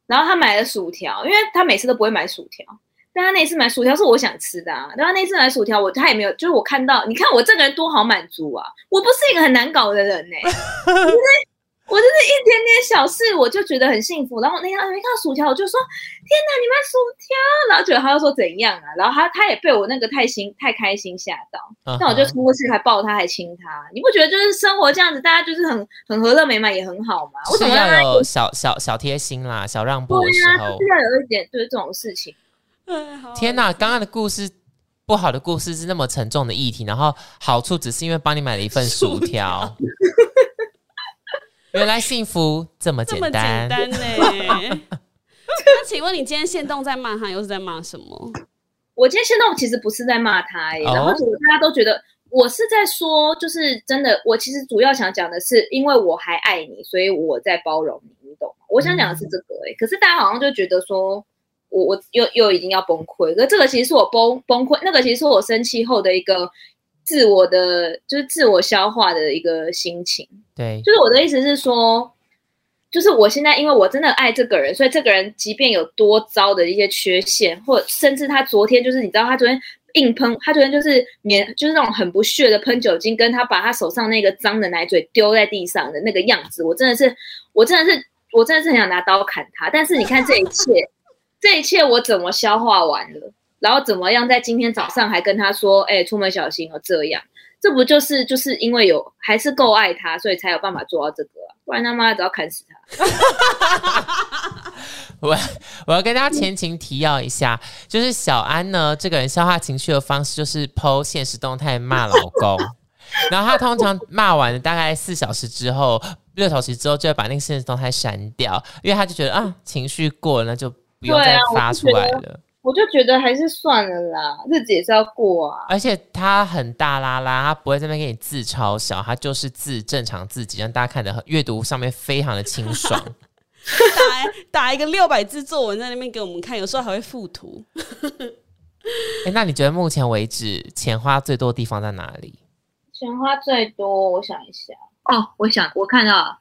然后他买了薯条，因为他每次都不会买薯条，但他那次买薯条是我想吃的啊。但他那次买薯条，我他也没有，就是我看到，你看我这个人多好满足啊！我不是一个很难搞的人呢、我就是我就是一点点小事我就觉得很幸福。然后那天他啊没看到薯条，我就说天哪，你买薯条！然后觉得他就说怎样啊？然后他他也被我那个太心太开心吓到，那那我就冲过去还抱他还亲他。你不觉得就是生活这样子，大家就是很很和乐美满也很好吗？我怎是么让他要有小小小贴心啦，小让步的对时呀、候就。是要有一点对这种事情。哎好天呐，刚刚的故事不好的故事是那么沉重的议题，然后好处只是因为帮你买了一份薯 <laughs> 条。原来幸福这么这简么单简，单呢、 <laughs> 那请问你今天现动在骂他，又是在骂什么？我今天现在其实不是在骂他、欸，哦然后结果大家都觉得我是在说，就是真的，我其实主要想讲的是，因为我还爱你，所以我在包容你，你懂吗？我想讲的是这个、嗯欸，可是大家好像就觉得说。我我又又已经要崩溃，可这个其实是我崩崩溃，那个其实是我生气后的一个自我的，就是自我消化的一个心情。对，就是我的意思是说，就是我现在因为我真的爱这个人，所以这个人即便有多糟的一些缺陷，或甚至他昨天就是你知道他昨天硬喷，他昨天就是免就是那种很不屑的喷酒精，跟他把他手上那个脏的奶嘴丢在地上的那个样子，我真的是我真的是我真的是很想拿刀砍他。但是你看这一切， <laughs> 这一切我怎么消化完了？然后怎么样在今天早上还跟他说，哎、出门小心哦，这样。这不就是就是因为有还是够爱他，所以才有办法做到这个啊、不然他妈早砍死他。我我要跟大家前情提要一下，就是小安呢，这个人消化情绪的方式就是 PO 现实动态骂老公，然后他通常骂完大概四小时之后、六小时之后，就会把那个现实动态删掉，因为他就觉得啊，情绪过了，那就不用对啊再我发就出觉来得了。我就觉得还是算了啦，日子也是要过啊。而且他很大拉拉，他不会在那边给你字嘲小，他就是字正常自己，让大家看得很阅读上面非常的清爽。打打一个六百字作文在那边给我们看，有时候还会附图。哎、那你觉得目前为止钱花最多的地方在哪里？钱花最多，我想一下。哦，我想我看到了，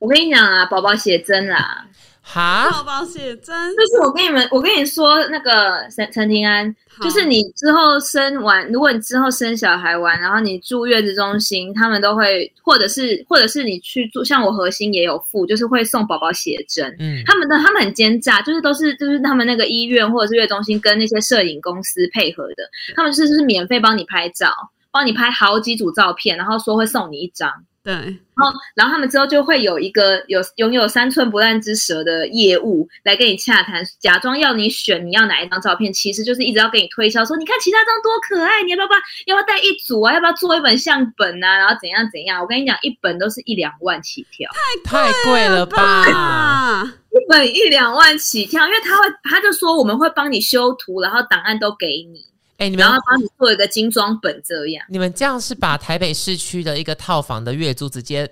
我跟你讲啊，宝宝写真啦，啊哈，宝宝写真就是我跟你们，我跟你说那个陈陈庭安，好就是你之后生完，如果你之后生小孩完，然后你住月子中心，他们都会，或者是或者是你去住，像我核心也有付，就是会送宝宝写真。嗯，他们的他们很奸诈，就是都是就是他们那个医院或者是月中心跟那些摄影公司配合的，他们就是就是免费帮你拍照，帮你拍好几组照片，然后说会送你一张，对，然后然后他们之后就会有一个有拥有三寸不烂之舌的业务来跟你洽谈，假装要你选你要哪一张照片，其实就是一直要给你推销说你看其他张多可爱，你要不要把要不要带一组啊，要不要做一本相本啊，然后怎样怎样，我跟你讲，一本都是一两万起跳。太贵了吧？啊，一本一两万起跳，因为他会，他就说我们会帮你修图，然后档案都给你，哎、你们然后帮你做一个精装本这 <laughs> 样。你们这样是把台北市区的一个套房的月租直接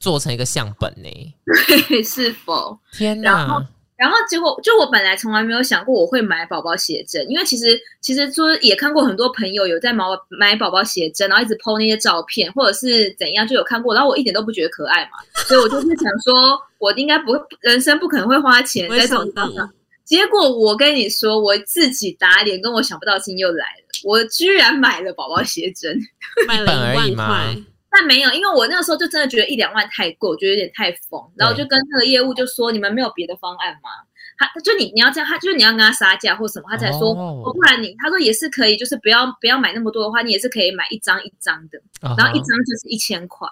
做成一个相本呢、是否？天然后哪！然后结果就我本来从来没有想过我会买宝宝写真，因为其实其实就是也看过很多朋友有在买买宝宝写真，然后一直 PO 那些照片或者是怎样就有看过，然后我一点都不觉得可爱嘛，所以我就是想说，我应该不会人生不可能会花 <laughs> 钱我也在这想种到地方结果我跟你说，我自己打脸，跟我想不到的事情又来了，我居然买了宝宝鞋针，买本而了已一万吗块，但没有，因为我那个时候就真的觉得一两万太贵，我觉得有点太疯，然后我就跟那个业务就说，你们没有别的方案吗？他就你你要这样，他就是你要跟他杀价或什么，他才说，哦哦不然你他说也是可以，就是不要不要买那么多的话，你也是可以买一张一张的，然然后一张就是一千块，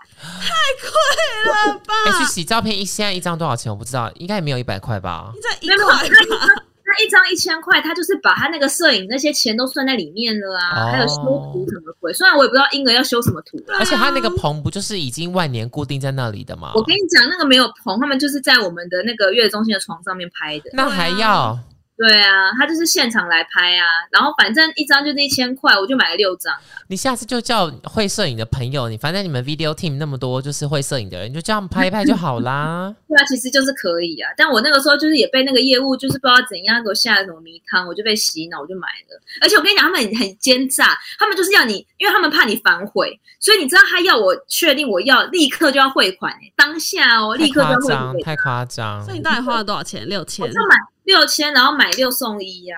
了吧？哎、去洗照片一现在一张多少钱？我不知道，应该也没有一百块吧？这一没有没有块吧那一张一千块，他就是把他那个摄影那些钱都算在里面了啊，哦还有修图什么鬼，虽然我也不知道婴儿要修什么图啦。而且他那个棚不就是已经万年固定在那里的吗？我跟你讲，那个没有棚，他们就是在我们的那个月中心的床上面拍的。那还要对啊，他就是现场来拍啊，然后反正一张就是一千块，我就买了六张。你下次就叫会摄影的朋友，你反正你们 video team 那么多就是会摄影的人，你就这样拍一拍就好 <laughs> 啦。对啊，其实就是可以啊，但我那个时候就是也被那个业务就是不知道怎样给我下了什么迷汤，我就被洗脑，我就买了。而且我跟你讲，他们很很奸诈，他们就是要你，因为他们怕你反悔，所以你知道他要我确定我要立刻就要汇款、欸，当下哦，太立刻就夸要张，。汇款太夸张所。以你到底花了多少钱？六千我就？买六千，然后买六送一啊，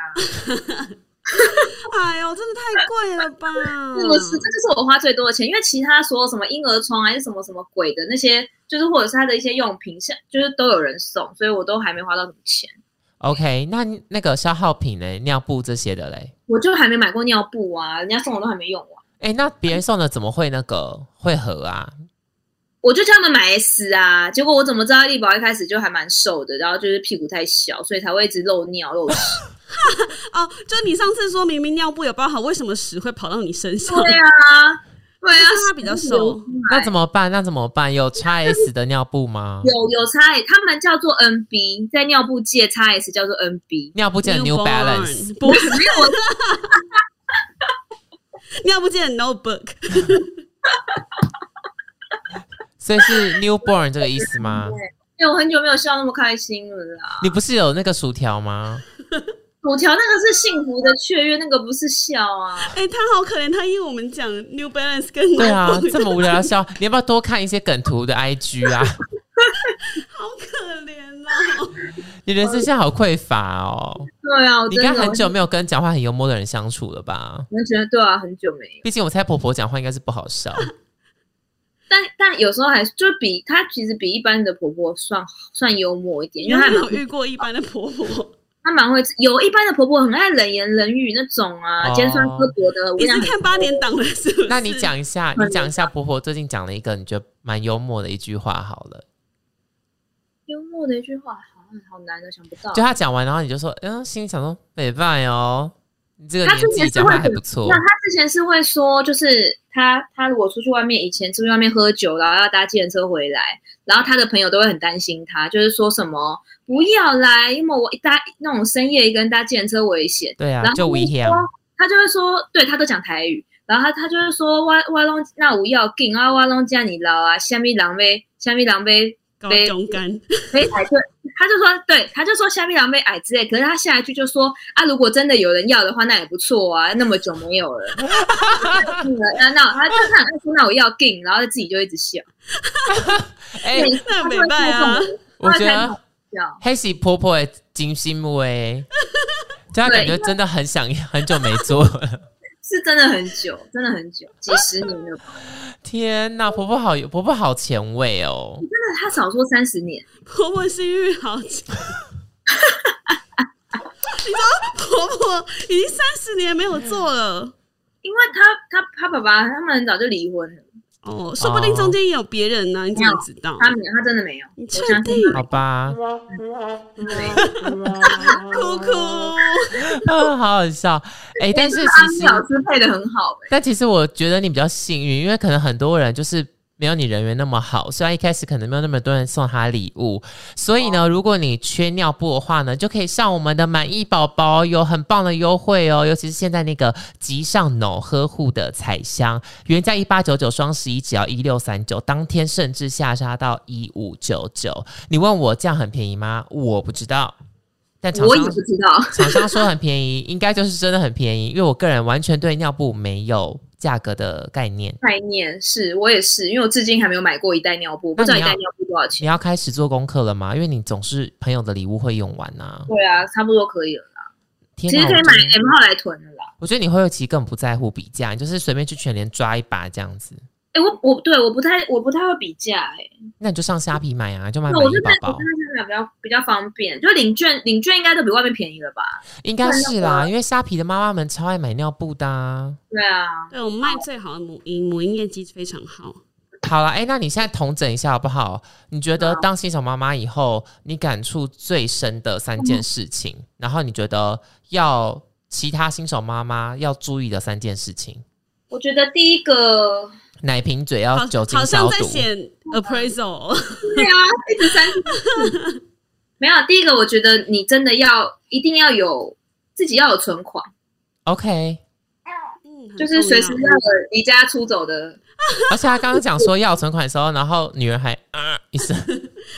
哎呦，真的太贵了吧？是不是？这就是我花最多的钱，因为其他所有什么婴儿床还是什么什么鬼的那些，就是或者是他的一些用品，像就是都有人送，所以我都还没花到什么钱。 OK，那那个消耗品嘞，尿布这些的嘞，我就还没买过尿布啊，人家送我都还没用完，哎、那别人送的怎么会那个会合啊？我就叫他们买 S 啊，结果我怎么知道力宝一开始就还蛮瘦的，然后就是屁股太小，所以才会一直漏尿漏屎。哦，就你上次说明明尿布有包好，为什么屎会跑到你身上？对啊， <laughs> 对啊，就是他比较瘦，那怎么办？那怎么办？有 x S 的尿布吗？欸有有 X，他们叫做 NB，在尿布界 X S 叫做 NB。尿布界的 New Newborn Balance，不是没有，我尿布界的 notebook，所以是 Newborn 这个意思吗？因为我很久没有笑那么开心了啦。你不是有那个薯条吗？薯条那个是幸福的雀跃，那个不是笑啊。哎、他好可怜，他因为我们讲 New Balance 跟 notebook，对啊，这么无聊的笑，你要不要多看一些梗图的 IG 啊？好可怜哦。你人生现在好匮乏哦，对啊，我你真应的该很久没有跟讲话很幽默的人相处了吧？我觉得对啊，很久没有。毕竟我猜婆婆讲话应该是不好笑，但但有时候还是就比她其实比一般的婆婆算算幽默一点，你因有为她没蛮有遇过一般的婆婆？她蛮会吃有一般的婆婆很爱冷言冷语那种啊，哦尖酸刻薄的。我你跟是你看八点档的，是不是？ <laughs> 那你讲一下，嗯你讲一下婆婆最近讲了一个你觉得蛮幽默的一句话好了，幽默的一句话，好像好难哦的，想不到。就她讲完，然后你就说，嗯，心里想说，北拜哦，你这个她之年前纪是讲会话还怎不错那，她之前是会说，就是她她如果出去外面，以前出去外面喝酒，然后要搭计程车回来，然后她的朋友都会很担心她，就是说什么不要来，因为我一搭那种深夜一个人搭计程车危险。对啊然，后就一样说，他就会说，对他都讲台语，然后他他就会说，我我拢那有要紧啊，我拢叫你老啊，虾米狼狈，虾米狼狈，高中干，没矮对，他就说对，他就说虾米狼狈矮之类，可是他下一句就说啊，如果真的有人要的话，那也不错啊，那么久没有了， <laughs> 那那他就是很爱说那我要紧，然后他自己就一直笑，哎，那没办啊，我觉她会开得口笑，黑喜婆婆的金心木哎，就她感觉真的很想很久没做了。是真的很久，真的很久，几十年了吧，天呐，婆婆好婆婆好前卫哦！那他少说三十年。婆婆性欲好强。 <laughs> 你知道婆婆已经三十年没有做了因为他他他爸爸他们很早就离婚了，哦，说不定中间也有别人哦呢、你怎么知道？他没有，他真的没有，你我确相信定？好吧，嗯他没有。哭哭，啊，好好笑哎、但是安其实，老师配的很好哎、但其实我觉得你比较幸运，因为可能很多人就是。没有你人缘那么好，虽然一开始可能没有那么多人送她礼物，所以呢，如果你缺尿布的话呢，就可以上我们的满意宝宝有很棒的优惠哦，尤其是现在那个极上脑呵护的彩箱，原价一八九九，双十一只要一六三九，当天甚至下杀到一五九九。你问我这样很便宜吗？我不知道，但厂我也商不知道，厂商说很便宜，应该就是真的很便宜，因为我个人完全对尿布没有价格的概念。概念是我也是，因为我至今还没有买过一袋尿布，不知道一袋尿布多少你钱。要开始做功课了吗？因为你总是朋友的礼物会用完呐、对啊，差不多可以了啦。天其哪实可以我买真的 M 号来囤了啦。我觉得你会有其实根本不在乎比价，你就是随便去全联抓一把这样子。哎、我我对我不太我不太会比价哎、那你就上虾皮买啊，就买那买我一就在宝我宝在，现在比较比较方便，就领券领券应该都比外面便宜了吧？应该是啦，因为虾皮的妈妈们超爱买尿布的、啊。对啊，对我们卖最好的母婴，母婴业绩非常好。好了，哎、那你现在统整一下好不好？你觉得当新手妈妈以后，你感触最深的三件事情，然后你觉得要其他新手妈妈要注意的三件事情，我觉得第一个奶瓶嘴好要酒精好像消在毒，写 appraisal，对啊，一直三十四 <laughs> 没有，第一个我觉得你真的要一定要有自己要有存款， OK。嗯哦就是随时要很重要有离家出走的。而且他刚刚讲说要存款的时候，然后女人还啊、一声，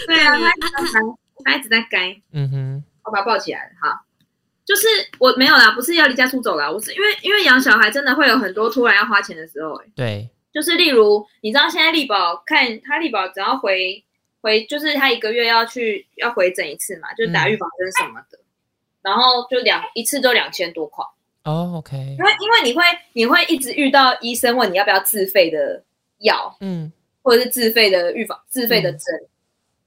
对啊，他一直在改，他一直在改，嗯哼，我把它抱起来了哈。就是我没有啦，不是要离家出走啦，我是因为因为养小孩真的会有很多突然要花钱的时候、欸，对，就是例如你知道现在力宝看他力宝只要回回就是他一个月要去要回诊一次嘛，就是打嗯预防针什么的，然后就两一次就两千多块。哦，OK，因为因为你会你会一直遇到医生问你要不要自费的药，嗯，或者是自费的预防、自费的针，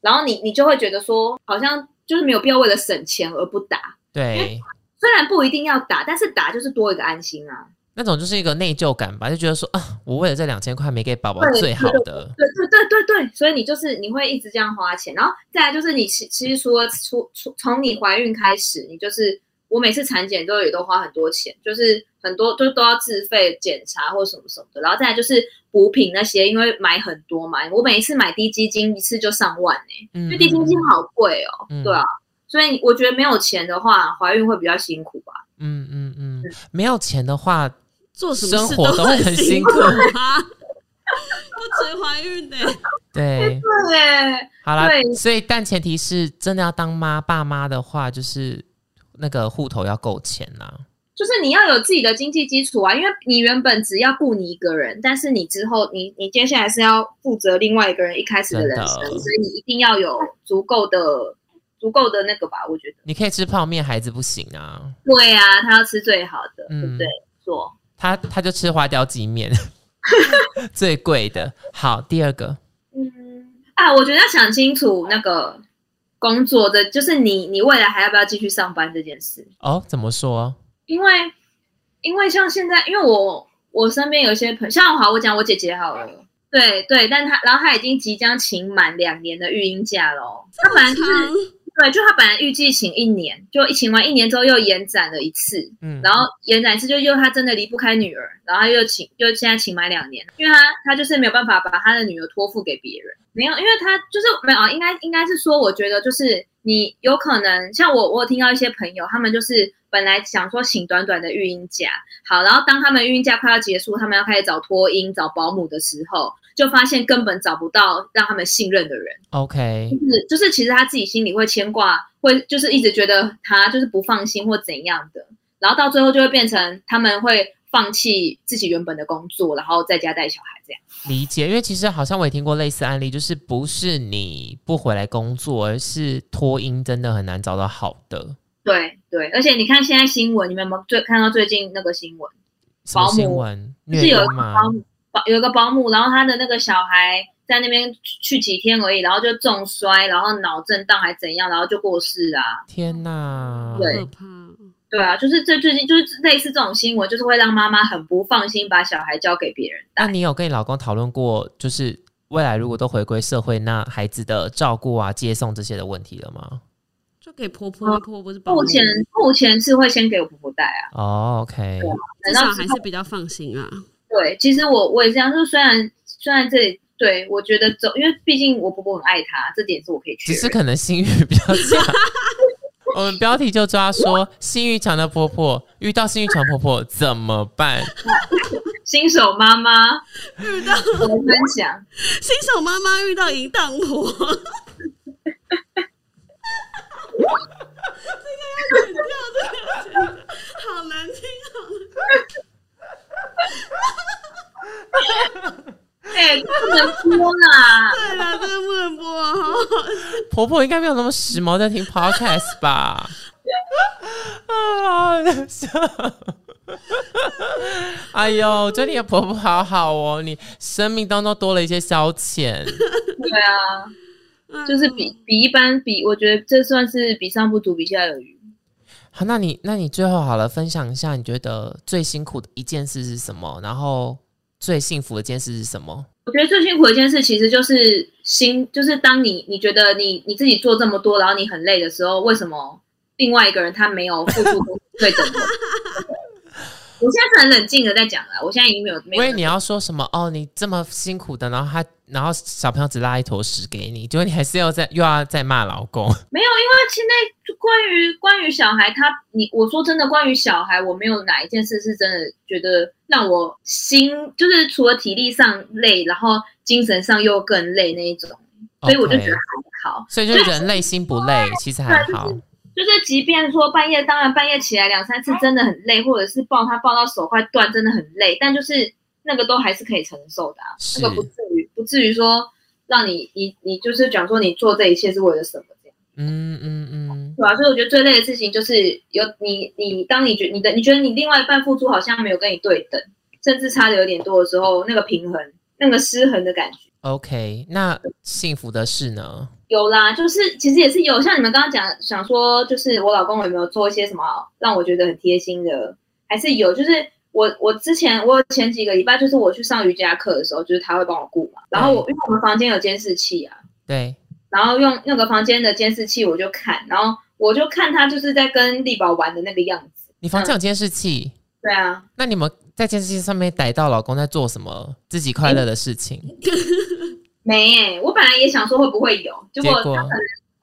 然后你你就会觉得说，好像就是没有必要为了省钱而不打。对，虽然不一定要打，但是打就是多一个安心啊。那种就是一个内疚感吧，就觉得说啊，我为了这两千块没给宝宝对最好的，对对对对对，所以你就是你会一直这样花钱，然后再来就是你其其实除了出出从你怀孕开始，你就是我每次产检都也都花很多钱，就是很多就都要自费检查或什么什么的，然后再来就是补品那些，因为买很多嘛，我每一次买低基金一次就上万哎、嗯因为低基金好贵哦，嗯对啊，所以我觉得没有钱的话，怀孕会比较辛苦吧。嗯嗯嗯，没有钱的话，做什么生事活都会很很辛辛苦啊，不止怀孕 <laughs> 呢、 <laughs> 对，对耶，好啦，对所以但前提是真的要当妈爸妈的话，就是那个户头要够钱啊啦、就是你要有自己的经济基础啊，因为你原本只要雇你一个人，但是你之后你你接下来是要负责另外一个人一开始的人生真，的所以你一定要有足够的足够的那个吧，我觉得。你可以吃泡面，孩子不行啊，对啊，他要吃最好的，嗯对不对？做他他就吃花雕鸡面， <laughs> 最贵的。好，第二个，嗯啊，我觉得要想清楚那个工作的，就是你你未来还要不要继续上班这件事。哦，怎么说？因为因为像现在，因为我我身边有一些朋友，像好，我讲我姐姐好了，对对，但她然后她已经即将请满两年的育婴假喽，她本来就是对，就她本来预计请一年，就请完一年之后又延展了一次，嗯，然后延展一次就又她真的离不开女儿，然后她又请就现在请满两年，因为她她就是没有办法把她的女儿托付给别人，没有，因为她就是没有，应该应该是说，我觉得就是你有可能像我，我有听到一些朋友，他们就是本来想说请短短的育婴假，好，然后当他们育婴假快要结束，他们要开始找托婴、找保姆的时候，就发现根本找不到让他们信任的人。 OK，就是就是，其实他自己心里会牵挂，会就是一直觉得他就是不放心或怎样的，然后到最后就会变成他们会放弃自己原本的工作，然后在家带小孩这样。理解。因为其实好像我也听过类似案例，就是不是你不回来工作，而是脱音真的很难找到好的。对对，而且你看现在新闻，你们有没有最看到最近那个新闻？什么保姆新闻？就是虐有一婴个吗？保姆，保有一个保姆，然后他的那个小孩在那边去几天而已，然后就重摔，然后脑震荡还怎样，然后就过世啊。天哪！对可怕。哦对啊，就是这最近就是类似这种新闻，就是会让妈妈很不放心把小孩交给别人带那。你有跟你老公讨论过，就是未来如果都回归社会，那孩子的照顾啊、接送这些的问题了吗？就给婆婆，婆婆不是保姆目，前目前是会先给我婆婆带啊，哦，OK、o 对 k 啊至等少到还之是后比较放心啊。对。其实我我也这样，就是虽然虽然这里对我觉得走，因为毕竟我婆婆很爱她，这点是我可以确只是认。可能性欲比较强。 <laughs> 我们标题就抓说性欲强的婆婆遇到性欲强婆婆怎么办？新手妈妈 <laughs> 遇到我们分 <laughs> 享，新手妈妈遇到淫荡婆， <laughs> 这个要剪掉，这个要剪掉好难听，好难听。哎、不能播 <laughs> 啦，对了，这个不能播啊，好好婆婆应该没有那么时髦在听 podcast <laughs> 吧？啊，笑！哎呦，我觉得你的婆婆好好哦，你生命当中多了一些消遣。对啊，笑就是比比一般比，我觉得这算是比上不足，比下有余。好，那你那你最后好了，分享一下你觉得最辛苦的一件事是什么，然后最幸福的一件事是什么？我觉得最辛苦的一件事，其实就是心，就是当你你觉得你你自己做这么多，然后你很累的时候，为什么另外一个人他没有付出对等的？ <laughs> 我现在是很冷静的在讲了，我现在已经没有没因为你有。要说什么哦，你这么辛苦的，然后他，然后小朋友只拉一坨屎给你，结果你还是要再又要再骂老公，没有，因为现在关于关于小孩他，你我说真的，关于小孩，我没有哪一件事是真的觉得让我心，就是除了体力上累，然后精神上又更累那一种，所以我就觉得 OK 还好。所以就人累心不累，其实还好。就是即便说半夜，当然半夜起来两三次真的很累，或者是抱他抱到手快断，真的很累，但就是那个都还是可以承受的、啊，是那个不至于不至于说让你你你就是讲说你做这一切是为了什么这样，嗯嗯嗯，对啊，所以我觉得最累的事情就是有你你当你觉你的你觉得你另外一半付出好像没有跟你对等，甚至差的有点多的时候，那个平衡那个失衡的感觉。 OK，那幸福的事呢？有啦，就是其实也是有，像你们刚刚讲想说，就是我老公有没有做一些什么让我觉得很贴心的，还是有。就是我我之前我前几个礼拜，就是我去上瑜伽课的时候，就是他会帮我顾嗯嘛。然后我因为我们房间有监视器啊，对，然后用那个房间的监视器我就看，然后我就看他就是在跟力宝玩的那个样子。你房间有监视器，对啊，那你们在监视器上面逮到老公在做什么自己快乐的事情？没耶、我本来也想说会不会有，结结果他果可能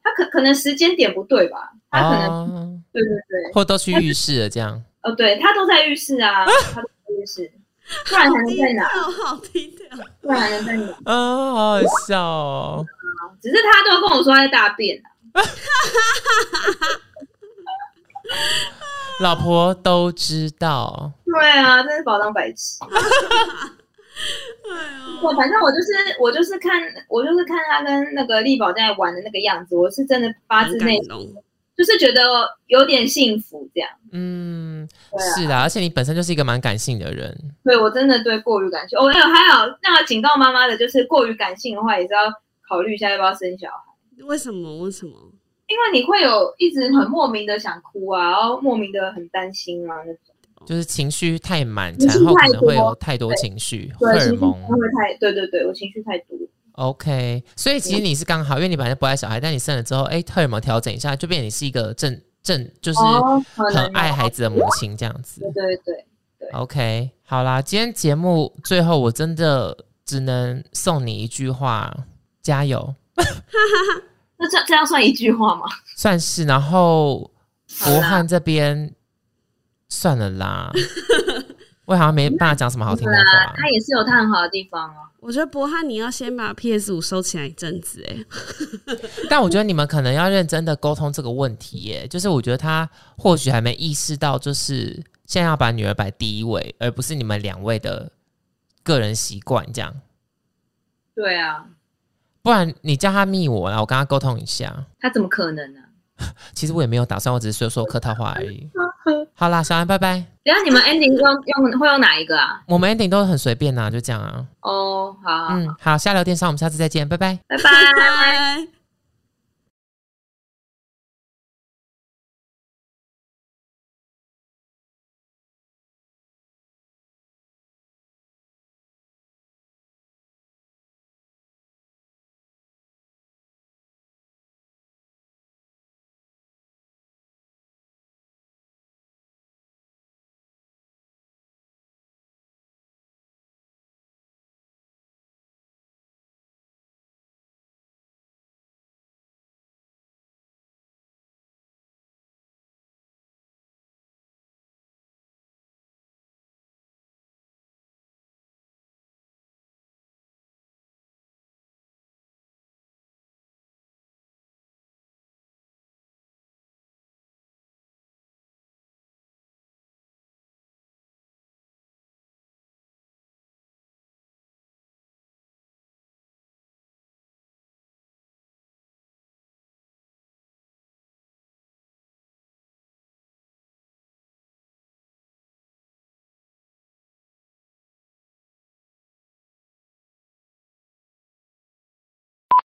他可可能时间点不对吧，他可能、哦，对对对。或都去浴室了这样。哦，对他都在浴室啊，他都在浴室，不然还能在哪？调，哦好低调。不然还能在哪？啊，好好笑哦！只是他都跟我说他在大便啊，老婆都知道，对啊，真是把我当白 <laughs> 痴。哎呦，我反正我就是我就是看我就是看他跟那个力宝在玩的那个样子，我是真的发自很内感心动。就是觉得有点幸福这样。嗯，对啊是啦，而且你本身就是一个蛮感性的人，对我真的对过于感性，哦，还有还有那个警告妈妈的，就是过于感性的话，也是要考虑一下要不要生小孩。为什么？为什么？因为你会有一直很莫名的想哭啊，然后莫名的很担心啊那种。就是情绪太满，情绪产后可太能会有多太多情绪荷对，情尔绪蒙。会太，对对对，我情绪太多。 OK，所以其实你是刚好，因为你本来就不爱小孩，但你生了之后，哎、荷尔蒙调整一下，就变成你是一个正正，就是哦，可很能爱哦孩子的母亲这样子对。对对， OK，好啦，今天节目最后我真的只能送你一句话，加油，那这这样算一句话吗？算是。然后好博啦翰这边算了 <laughs> 啦，我好像没办法讲什么好听的话。他也是有他很好的地方啊。我觉得博翰，你要先把 PS 五收起来一阵子，哎，但我觉得你们可能要认真的沟通这个问题耶，就是我觉得他或许还没意识到，就是现在要把女儿摆第一位，而不是你们两位的个人习惯这样。对啊，不然你叫他密我啦，我跟他沟通一下。他怎么可能啊呢、其实我也没有打算，我只是说说客套话而已。好啦，小安，拜拜。等一下 <laughs> 你们 ending 用用会用哪一个啊？我们 ending 都很随便呐、就这样啊。嗯哦，好好，啊嗯，好，下聊电商，我们下次再见，拜拜。拜拜。 <laughs> 拜。